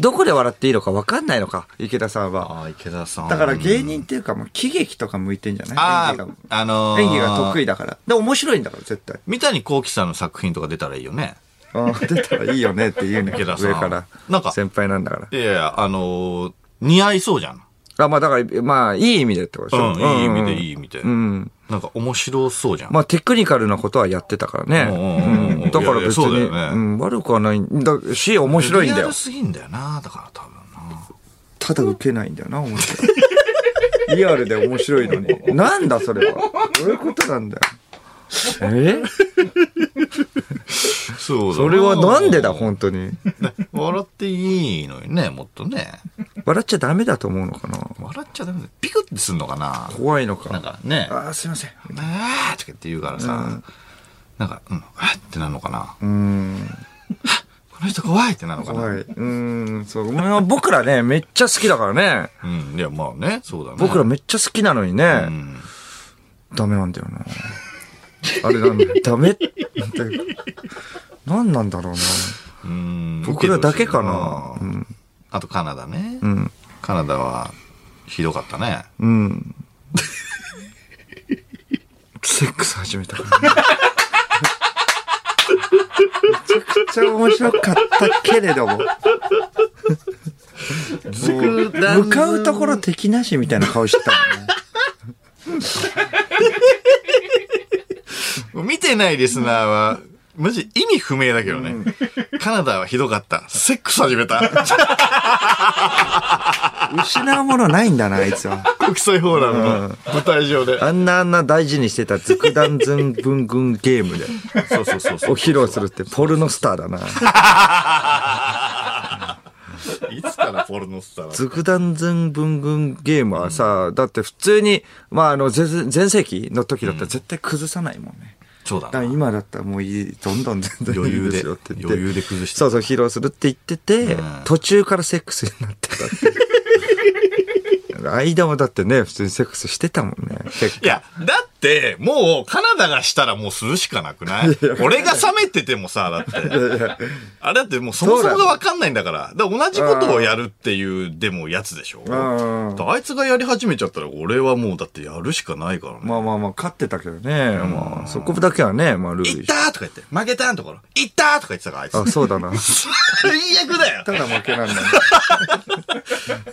どこで笑っていいのか分かんないのか、池田さんは。ああ、池田さん。だから芸人っていうかもう喜劇とか向いてんじゃなあい演技があ、あのー、演技が得意。意だから。で、面白いんだから、絶対。三谷幸喜さんの作品とか出たらいいよね。ああ、出たらいいよねって言うね。池上田さんから。なんか先輩なんだから。いやいや、あのー、似合いそうじゃん。あ、まあだから、まあ、いい意味でってことでしょ。うん、いい意味でいいい。意味で。うん。なんか面白そうじゃん。まあ、テクニカルなことはやってたからうんうんうんうんね。うんだから別いやいに、やそうだよねうん、悪くはないんだし、面白いんだリアよル。すぎんだよな、だから多分な。ただ受けないんだよな、面白い。リアルで面白いのに。なんだ、それは。どういうことなんだよ。えそうだそれはなんでだ、ん本当に。 笑っていいのにね、もっとね。笑っちゃダメだと思うのかな。笑っちゃダメだ。ピクってすんのかな怖いのなんか。かね、あああ、すいません。ーとかって言うからさ、なんか、うん、あってなるのかなう。ーん。この人怖いってなるのかな。怖い。うーん、そう。まあ僕らね、めっちゃ好きだからね。うん、いや、まあね、そうだね。僕らめっちゃ好きなのにね、うんダメなんだよな。あれなんだよ。ダメって。何なんだろうな。うん僕らだけかな。ううんん。あとカナダねう。ん。カナダは、ひどかったね。うん。セックス始めたから、ね。めちゃくちゃ面白かったけれども。もう向かうところ敵なしみたいな顔してたもんね。見てないリスナーは、マジ意味不明だけどね。カナダはひどかった。セックス始めた。失うものないんだな、あいつは。国際フォーラムの舞台上で。あんなあんな大事にしてたズクダンズンブングンゲームでそうそうそうそをう。披露するってポルノスターだな。いつからポルノスターはズクダンズンブングンゲームはさ、だって普通に、まああの、全然全盛期の時だったら絶対崩さないもんね。そうだだからな。今だったらもういい、どんどん全然余い裕いで、すよって余言って。裕で崩して。そうそう、披露するって言ってて、うん途中からセックスになってたっていう。間もだってね、普通にセックスしてたもんね。結構いや、だって、もう、カナダがしたらもうするしかなくない俺が冷めててもさ、だって。あれだってもうそもそもがわかんないんだから。だから同じことをやるっていう、でもやつでしょ。だんからあいつがやり始めちゃったら、俺はもうだってやるしかないからね。まあまあまあ、勝ってたけどね。まあ、そこだけはね、まあ、ルーいルったーとか言って、負けたーのところ、いったーとか言ってたから、あいつ。あ、そうだな。最悪だよだ負けなんだ。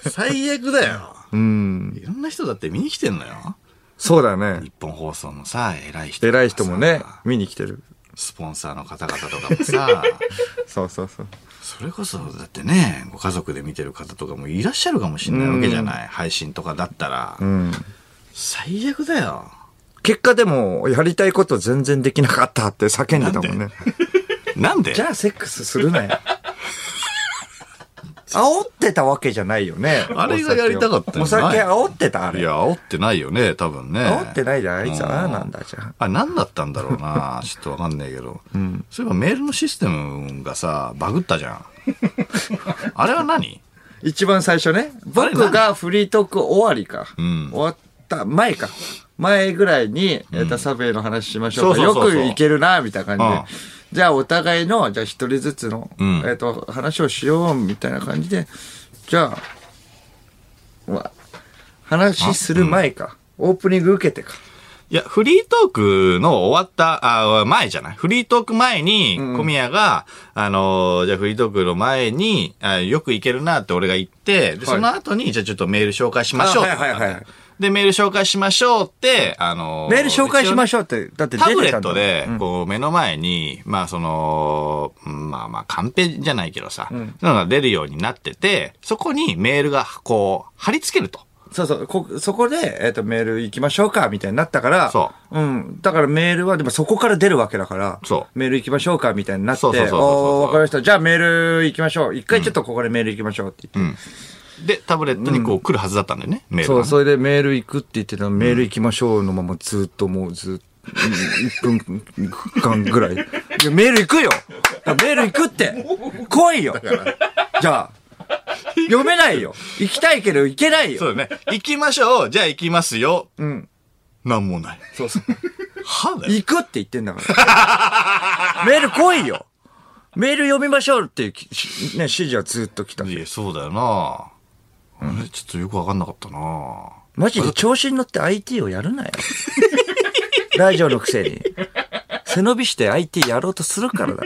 最悪だようん。いろんな人だって見に来てんのよ。そうだね日。本放送のさ、偉い人。偉い人もね、見に来てる。スポンサーの方々とかも さ、そうそうそう。それこそ、だってね、ご家族で見てる方とかもいらっしゃるかもしれないわけじゃない。配信とかだったら。うん。最悪だよ。結果でも、やりたいこと全然できなかったって叫んでたもんね。なんでじゃあセックスするなよ。 煽ってたわけじゃないよね。あれがやりたかったおんじゃない酒煽ってたあいれ。や、煽ってないよね、多分ね。煽ってないで、あいつ、うんああなんだ、じゃあ。あ、何だったんだろうな。 ちょっとわかんないけど。そういえばメールのシステムがさ、バグったじゃ ん。あれは何一番最初ね。僕がフリートーク終わりか。ん終わった前か。前ぐらいに、えーとサベイの話しましょうそうか。そようそうそうくいけるな、みたいな感じう。でじゃあ、お互いの、じゃあ一人ずつの、んえっと、話をしよう、みたいな感じで。じゃあ、うわ話する前か。オープニング受けてか。いや、フリートークの終わった、あ前じゃないフリートーク前に、小宮が、あのー、じゃあフリートークの前に、あよく行けるなって俺が言って、で、その後に、じゃあちょっとメール紹介しましょうってあはいはいはいで、メール紹介しましょうって、あのー、メール紹介しましょうょうって、だって出てタたんだもブんレットで、こう、目の前に、まあ、その、うんまあまあ、カンペじゃないけどさ、そういうのが出るようになってて、そこにメールが、こう、貼り付けると。そうそう、こ、そこで、えっ、と、メール行きましょうか、みたいになったから、。そううん。だからメールは、でもそこから出るわけだから、そうメール行きましょうか、みたいになって、そうそうそうそうそうおーわかりました。じゃあメール行きましょう。一回ちょっとここでメール行きましょうって言って。で、タブレットにこう来るはずだったんだよね、メールがね、そう、それでメール行くって言ってたの、メール行きましょうのままずっともうずっと、1分間ぐらい。いや、メール行くよメール行くって来いよじゃあ、読めないよ行きたいけど行けないそようだね。行きましょう。じゃあ行きますよ。うん。なんもない。そうそう。はだよ。行くって言ってんだから。メール来いよメール読みましょうっていうき、しね、指示はずっと来た。いや、そうだよな。あれ、ちょっとよくわかんなかったな。マジで調子に乗って IT をやるなよ。ラジオのくせに。背伸びして IT やろうとするからだ。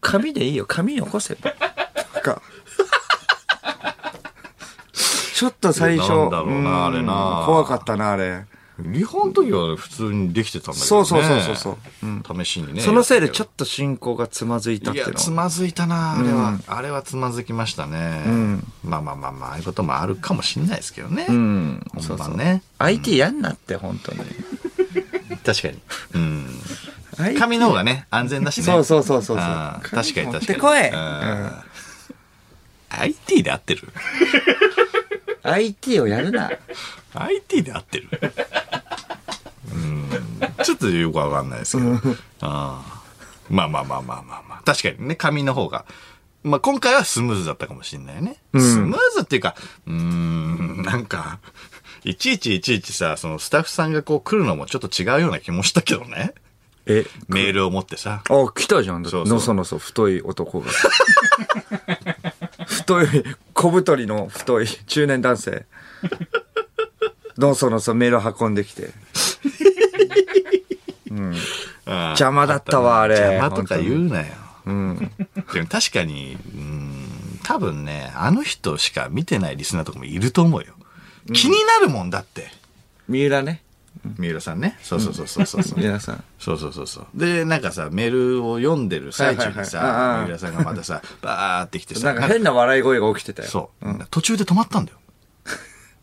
紙でいいよ。紙よこせ。か。ちょっと最初。なんだろうなあれなうん怖かったな、あれ。リハの時は普通にできてたんだけどね。。そうそうそうそうそう試しにね。そのせいでちょっっと進行がつまずいたっいていやう、のつまずいたな、あれは。あれはつまずきましたね。まあまあまあまあ、ああいうこともあるかもしんないですけどね。うん。本番ね。 IT やんなって、本当に。確かに。うん。 IT 紙の方がね、安全だしね。そうそうそうそうそうあー確かに確かに。紙持ってこいうん IT で合ってる IT をやるな。 IT で合ってるうんちょっとよくわかんないですけど。あーまあまあまあまあまあまあ。確かにね、紙の方が。まあ今回はスムーズだったかもしれないね。スムーズっていうか、うーん、なんか、いちいちいちいちさ、そのスタッフさんがこう来るのもちょっと違うような気もしたけどね。え、メールを持ってさ。あ、来たじゃん。だってそうそうのそのそ太い男が。 太い、小太りの太い中年男性。のそのそメール運んできて。邪邪魔だったわあれ邪魔とか言うなよ。でも確かに、うん、多分ね、あの人しか見てないリスナーとかもいると思うよ。気になるもんだって。三浦ね。三浦さんね。そうそうそうそうそう。三浦さん。そうそうそうそう。で、なんかさ、メールを読んでる最中にさ、はいはいはいああ三浦さんがまた さ、バーってきてなさ、んか変な笑い声が起きてたよ。そう、途中で止まったんだよ。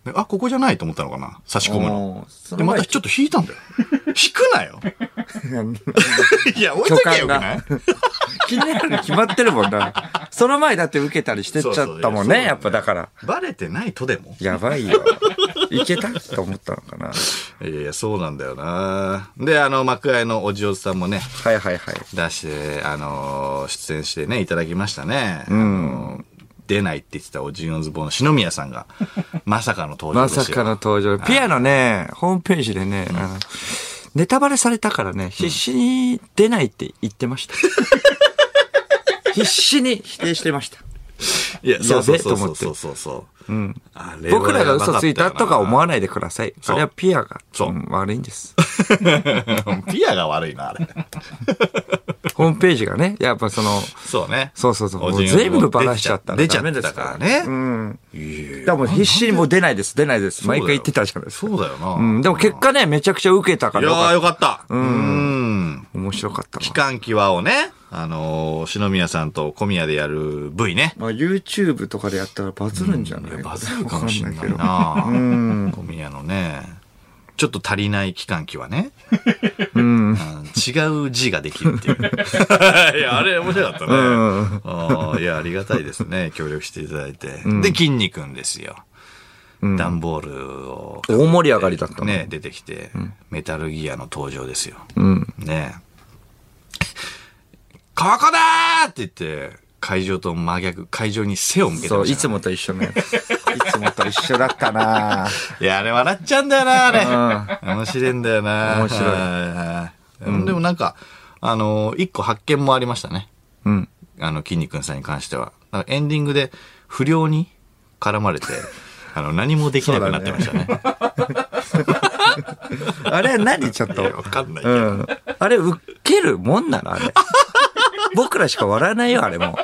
であ、ここじゃないと思ったのかな差し込むのおーそ。で、のま前たちょっと引いたんだよ。引くな よいや、置いとけばよくない 気になるに決まってるもんな。その前だって受けたりしてっちゃったもんね。そうそういやそうだよねやっぱだから。バレてないとでも。やばいよ。いけたと思ったのかな。いやいや、そうなんだよな。で、あの、幕開のおじおじさんもね、はいはいはい。出して、あのー出演してね、いただきましたね。うん。出ないって言ってたおじいのズボンの篠宮さん が、まさかの登場まですよ。さかの登場。ピアノね、ホームページでね、あの、ネタバレされたからね、必死に出ないって言ってま した。必死に否定してました。いや、そうそうそうそうやべえとそ思うっそうそう。うん。あれは僕らが嘘ついたとか思わないでください。そあうれはピアが、そうん悪いんです。ピアが悪いな、 あれ。ホームページがね、やっぱその、そうね。そうそうそうおじいのズボン全部バラしちゃったら出ちゃダメっでたすかかららね。うん。いやいやだからもう必死にもう出ないです、出ないです。毎回言ってたじゃないですか。そうだよな。うん。でも結果ね、めちゃくちゃ受けたかいやらよかっーた。よかった。うん。面白かったわ期間際をね、あのー、篠宮さんと小宮でやる V ね。まあ YouTube とかでやったらバズるんじゃないバズるかもしれないな。小宮のね、ちょっと足りない期間期はね、うん。 うん違う字ができるっていう。 いや、あれ面白かったね。うんあーいや、ありがたいですね。協力していただいて。で、筋肉んですよ。うん段ボールを。大盛り上がりだったのね、出てきて、メタルギアの登場ですよ。うん。ねえ。ここだーって言って、会場と真逆、会場に背を向けてそまう、いしたつね、もと一緒のやつ。いつもと一緒だったないや、あれ笑っちゃうんだよな、あれ。面白いんだよな。面白いはいうんでもなんか、あの、一個発見もありましたね。うん。あの、筋肉さんに関しては。なんかエンディングで不良に絡まれ て、あの、何もできなくなってましたね。あれ何ちょっいやとわ。かんないけうど。ん。あれ、ウケるもんなのあれ。僕らしか笑わないよ、あれも。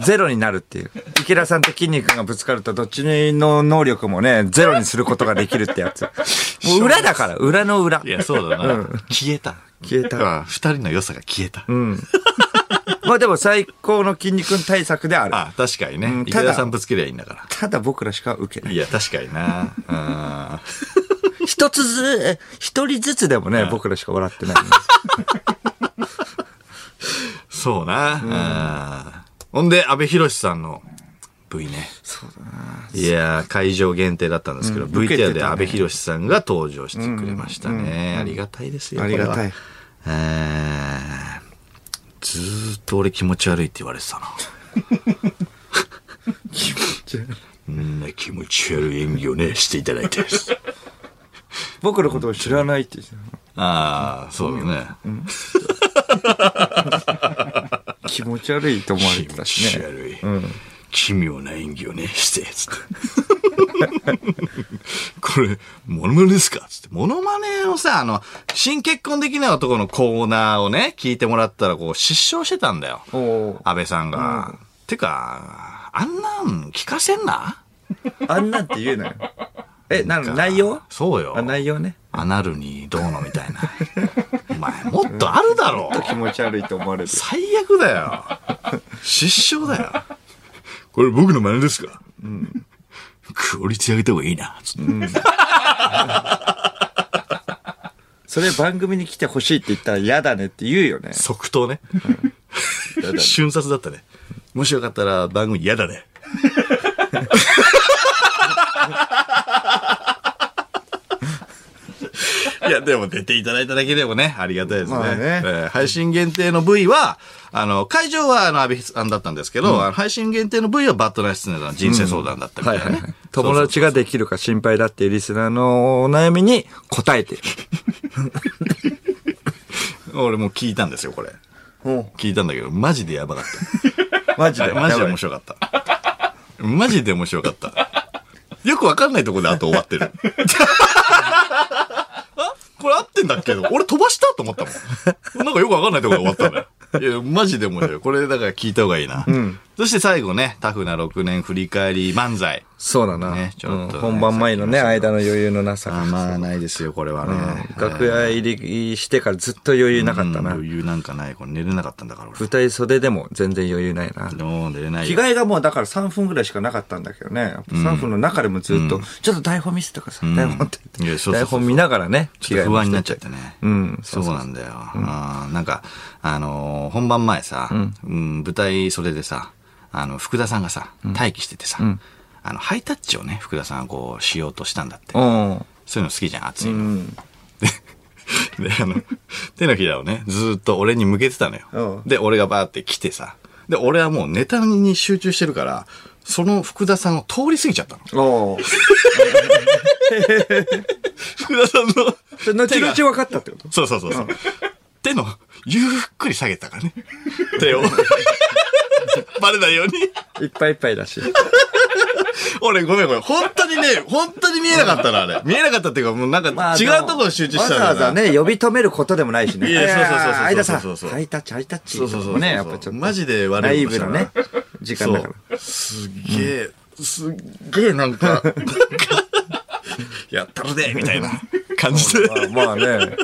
ゼロになるっていう。池田さんと筋肉がぶつかると、どっちの能力もね、ゼロにすることができるってや つ。もう裏だから、裏の裏い。や、そうだな。消えた。消えたうん二人の良さが消えた。うん。まあでも最高の筋肉対策である。あ、確かにね。うん池ただ田さんぶつけりゃいいんだかただ僕らしか受ら。けないい。や、確かにな。一つず、一人ずつでもね、僕らしか笑ってない。うん。そうな。うん。ほんで、安倍博さんの V ね。そうだな。いやー、会場限定だったんですけど、うん受けて VTR たねで安倍博さんが登場してくれましたね。ありがたいですよ。ありがたこれは。いえーずーっと俺気持ち悪いって言われてたな。 うんな気持ち悪い演技をね、していただいてです。僕のことを知らないって言ってああ、そうだね。た気持ち悪いと思われ気て持たちしね。悪い、ん奇妙な演技をねして つってこれモノマネですかつってモノマネをさあの新結婚できない男のコーナーをね聞いてもらったらこう失笑してたんだよお お安倍さんが、てかあんなん聞かせんなあんなんて言うなよ。え、なの、内容そうよあ、内容ね。アナルにどうのみたいなお前もっとあるだろう気持ち悪いと思われる。最悪だよ。失笑だよ。これ僕の真似ですか、クオリティ上げた方がいいな。つって それ番組に来てほしいって言ったら嫌だねって言うよね。即答ね。嫌だね瞬殺だったね。もしよかったら番組嫌だ ね。いや、でも出ていただいただけでもね、ありがたいですね。まあねえー配信限定の部位は、あの、会場はあの、安倍さんだったんですけど、あの配信限定の部位はバットナイスネの人生相談だったみたはいいなはいね。はい。友達ができるか心配だっていうリスナーのお悩みに答えてる。俺もう聞いたんですよ、これ。聞いたんだけど、マジでやばかっマジた。あで。れマジでやばい面白かった。マジで面白かった。よくわかんないとこで後終わって る。あこれ合ってんだっけど、俺飛ばしたと思ったもん。なんかよくわかんないとこで終わったんだよ。いや、マジで面白い。これだから聞いた方がいいな。そして最後ね、タフな6年振り返り漫才。そうだな。ねちょっとうねん本番前のね、さっき間の余裕のなさが。まあ、ないですよ、これはうん楽屋入りしてからずっと余裕なかったな。余裕なんかない。これ寝れなかったんだから、舞台袖でも全然余裕ないな。俺。もう寝れない着よ。替えがもうだから3分ぐらいしかなかったんだけどね。やっぱ3分の中でもずっと、ちょっと台本見せてください。台本っていや言そうそって。うそう台本見ながらね、ちょっと不安になっちゃゃってね。うんそうなんだよ。あーなんか、あのー本番前さ、うん舞台袖でさ、あの、福田さんがさ、待機しててさ、あの、ハイタッチをね、福田さんはこう、しようとしたんだって。うん。そういうの好きじゃん、熱いの。うん。で、あの、手のひらをね、ずーっと俺に向けてたのよ。うで、俺がバーって来てさ、で、俺はもうネタに集中してるから、その福田さんを通り過ぎちゃったの。おう福田さんのそれ後々分かったってことそうそうそうそう。手の、ゆっくり下げたからね。手を。 バレないように。いっぱいいっぱいだ し。俺、ごめんごめん。本当にね、本当に見えなかったな、あれ。 見えなかったっていうか、もうなんか違うところに集中したんだなわざわざ。ね、呼び止めることでもないしね。いやそうそうそうそういやー間さ、そうそうそうんハイタッチ、ハイタッチ。そうそうそうそうね、やっぱちょっと。マジで悪ナいイことしブたななね、時間だかそう。ら。すっげえ、すっげえなん か、なんかやったるでみたいな感じで。まあまあね。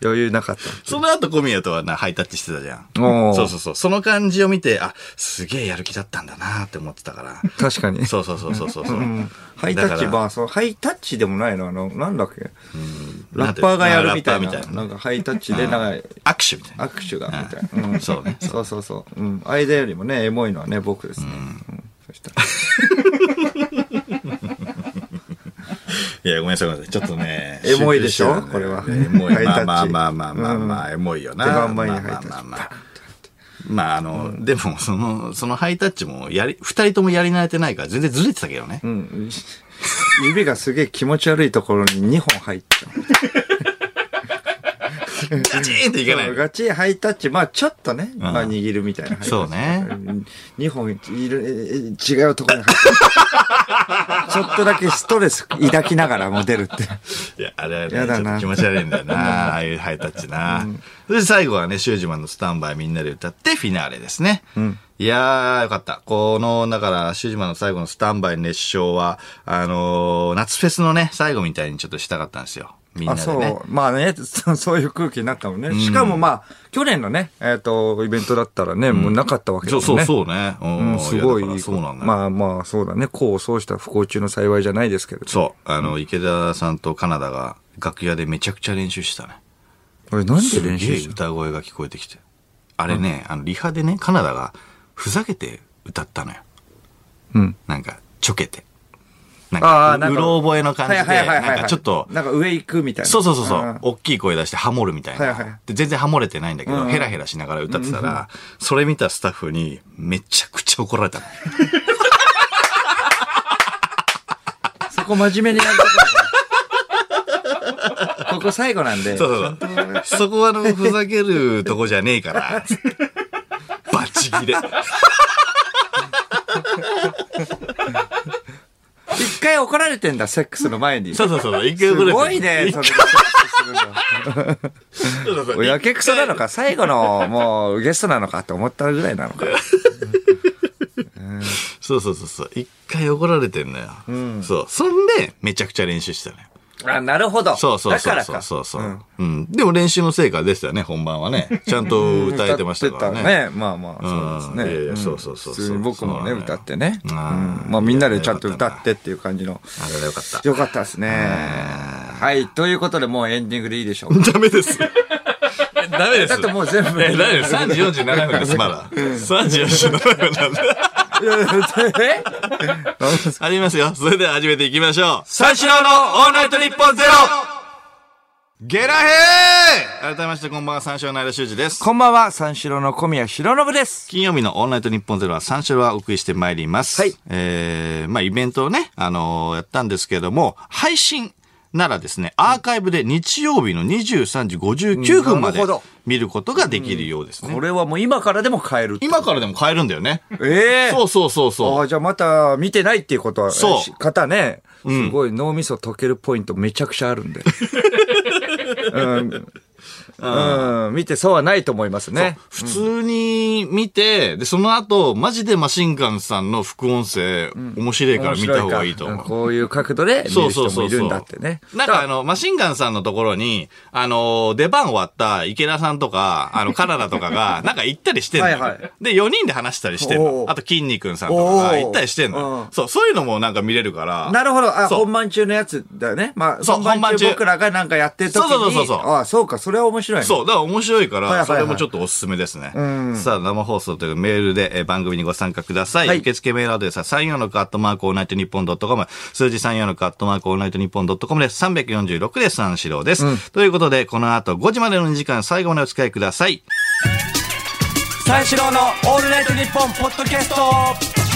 余裕なかっその後小宮とはな、ハイタッチしてたじゃん。た。おーそうそうそう。その感じを見て、あ、すげえやる気だったんだなって思ってたから。 確かに。そうそうそうそうそう。ううんハイタッチ、だからまあ、そのハイタッチでもないの、あの、なんだっけ。なラんてッパーがやるみたいラッパーみたいな。ななんかハイタッチで、なんか握手みたいな。握手が、みたいな。んそうねそうそうそう。うん。間よりもね、エモいのはね、僕ですね。うんそしたら。 いや、ごめんなさい、ごめんなさい。ちょっとね。エモいでし集ょ中てたんだよねこれはエ モい。ハイタッまあチまあまあまあまあまあ、うエモいよな。出番前にまあハイタッチまあまあまあ。まあ、あの、でも、その、そのハイタッチも、やり、二人ともやり慣れてないから、全然ずれてたけどねう。ん。指がすげえ気持ち悪いところに2本入っちゃう。ガチーンっていかない。ガチハイタッチ、まあちょっとね、まあ握るみたいなハイタッチ。そうねん。2本いる、え違うところに 入っちゃう。ちょっとだけストレス抱きながらも出るって。いや、あれはね、ちょやだっなと気持ち悪いんだよ な、ああいうハイタッチな。そして最後はね、シュージマンのスタンバイみんなで歌ってフィナーレですね。いやー、よかった。この、だから、シュージマンの最後のスタンバイ熱唱は、あのー夏フェスのね、最後みたいにちょっとしたかったんですよ。みんなあ、でそね。う。まあね、そそういう空気になったもんね。しかもまあ、去年のね、えっと、イベントだったらね、もうなかったわけだそもうんね。そうそうね。うんうん、すごやだからい、そうなんだよ。まあまあ、そうだね。こうそうした不幸中の幸いじゃないですけれど。そう。あの、池田さんとカナダが楽屋でめちゃくちゃ練習したね。俺なんですげ練習えした歌声が聞こえてきて。あれね、あの、リハでね、カナダがふざけて歌ったのよ。うん。なんか、ちょけて。なんあか、あうなんかろ覚えの感じで、はいはいはいはいはないんかちょっと、なんか上行くみたいな。そうそうそうそんう、。大きい声出してハモるみたいはいはいな。で全然ハモれてないんだけど、ヘラヘラしながら歌ってたら、それ見たスタッフに、めちゃくちゃ怒られたの。そこ真面目にやるとこだからここ最後なんで。そうそうそう。そこはあの、ふざけるとこじゃねえ から。つってバチギレ。一回怒られてんだ、セックスの前に。そうそうそう。一回す怒られてごいね、それでセックスするの。そうそうそうおやけくそなのか、最後の、もう、ゲストなのかって思ったぐらいなのか。そうそうそうそう。一回怒られてんのよ。そう。そんで、めちゃくちゃ練習したのよ。あ、なるほど。そうそうそうだそからうか。そうそう、うん。でも練習の成果でしたよね、本番はね。ちゃんと歌えてましたからね。歌ってたまあまあ、そうですうんいねやいやん。そうそうそうそう普通に僕もそうね、なのよ歌ってね。うんあーまあみんなでちゃんと歌ってっていう感じの。あれがよかった。よかったですね。はい。ということで、もうエンディングでいいでしょうか。ダメです。ダメです。だってもう全部。え、ダメです。3時47分です、まだ。3時47分なんで。えありますよ。それでは始めていきましょう。三四郎のオールナイトニッポンゼロゲラヘー改めましてこんばんは、三四郎の間修二です。 こんばんは、三四郎の小宮弘信です。金曜日のオンライト日本ゼロは三四郎はお送りしてまいります。はいえー、まあイベントをね、あのーやったんですけども、配信ならですね、アーカイブで日曜日の23時59分まなでるほど見ることができるようですね。これはもう今からでも変える。今からでも買えるんだよ ね。ええそうそうそうそう。ああ、じゃあまた見てないっていうことは、そう方ね、すごい脳みそ溶けるポイントめちゃくちゃある んで。うん、うん、見てそうはないと思いますね。普通に見て、で、その後、マジでマシンガンさんの副音声、面白いから見た方がいいと面白思かう。こういう角度で見そうるそ人うそもういそうるんだってね。なんかあの、マシンガンさんのところに、あの、出番終わった池田さんとか、あの、カナダとか が、なんか行ったりしてんのよ。はいはいで、4人で話したりしてんおの。うあと、筋肉さんとかが行ったりしてんおううのん。そう、そういうのもなんか見れるから。なるほど。あ、そう本番中のやつだよね。まあ、そう本番中本番中僕らがなんかやってる時に。そうそうそうそうそうあそうか、それは面白いね。そう、だから面白いかはいはら、いはそいれもちょっとおすすめですね。さあ、生放送というメールでえー番組にご参加くださ。はいい受付メールアドレスは34のカットマークオールナイトニッポンドットコム、数字34のカットマークオールナイトニッポンドットコムです。346で三四郎です。ということで、この後5時までの2時間、最後までお付き合いください。三四郎のオールナイトニッポンポッドキャスト